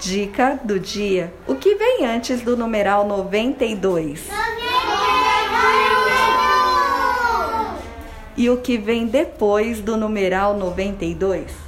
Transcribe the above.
Dica do dia: o que vem antes do numeral 92? E o que vem depois do numeral 92?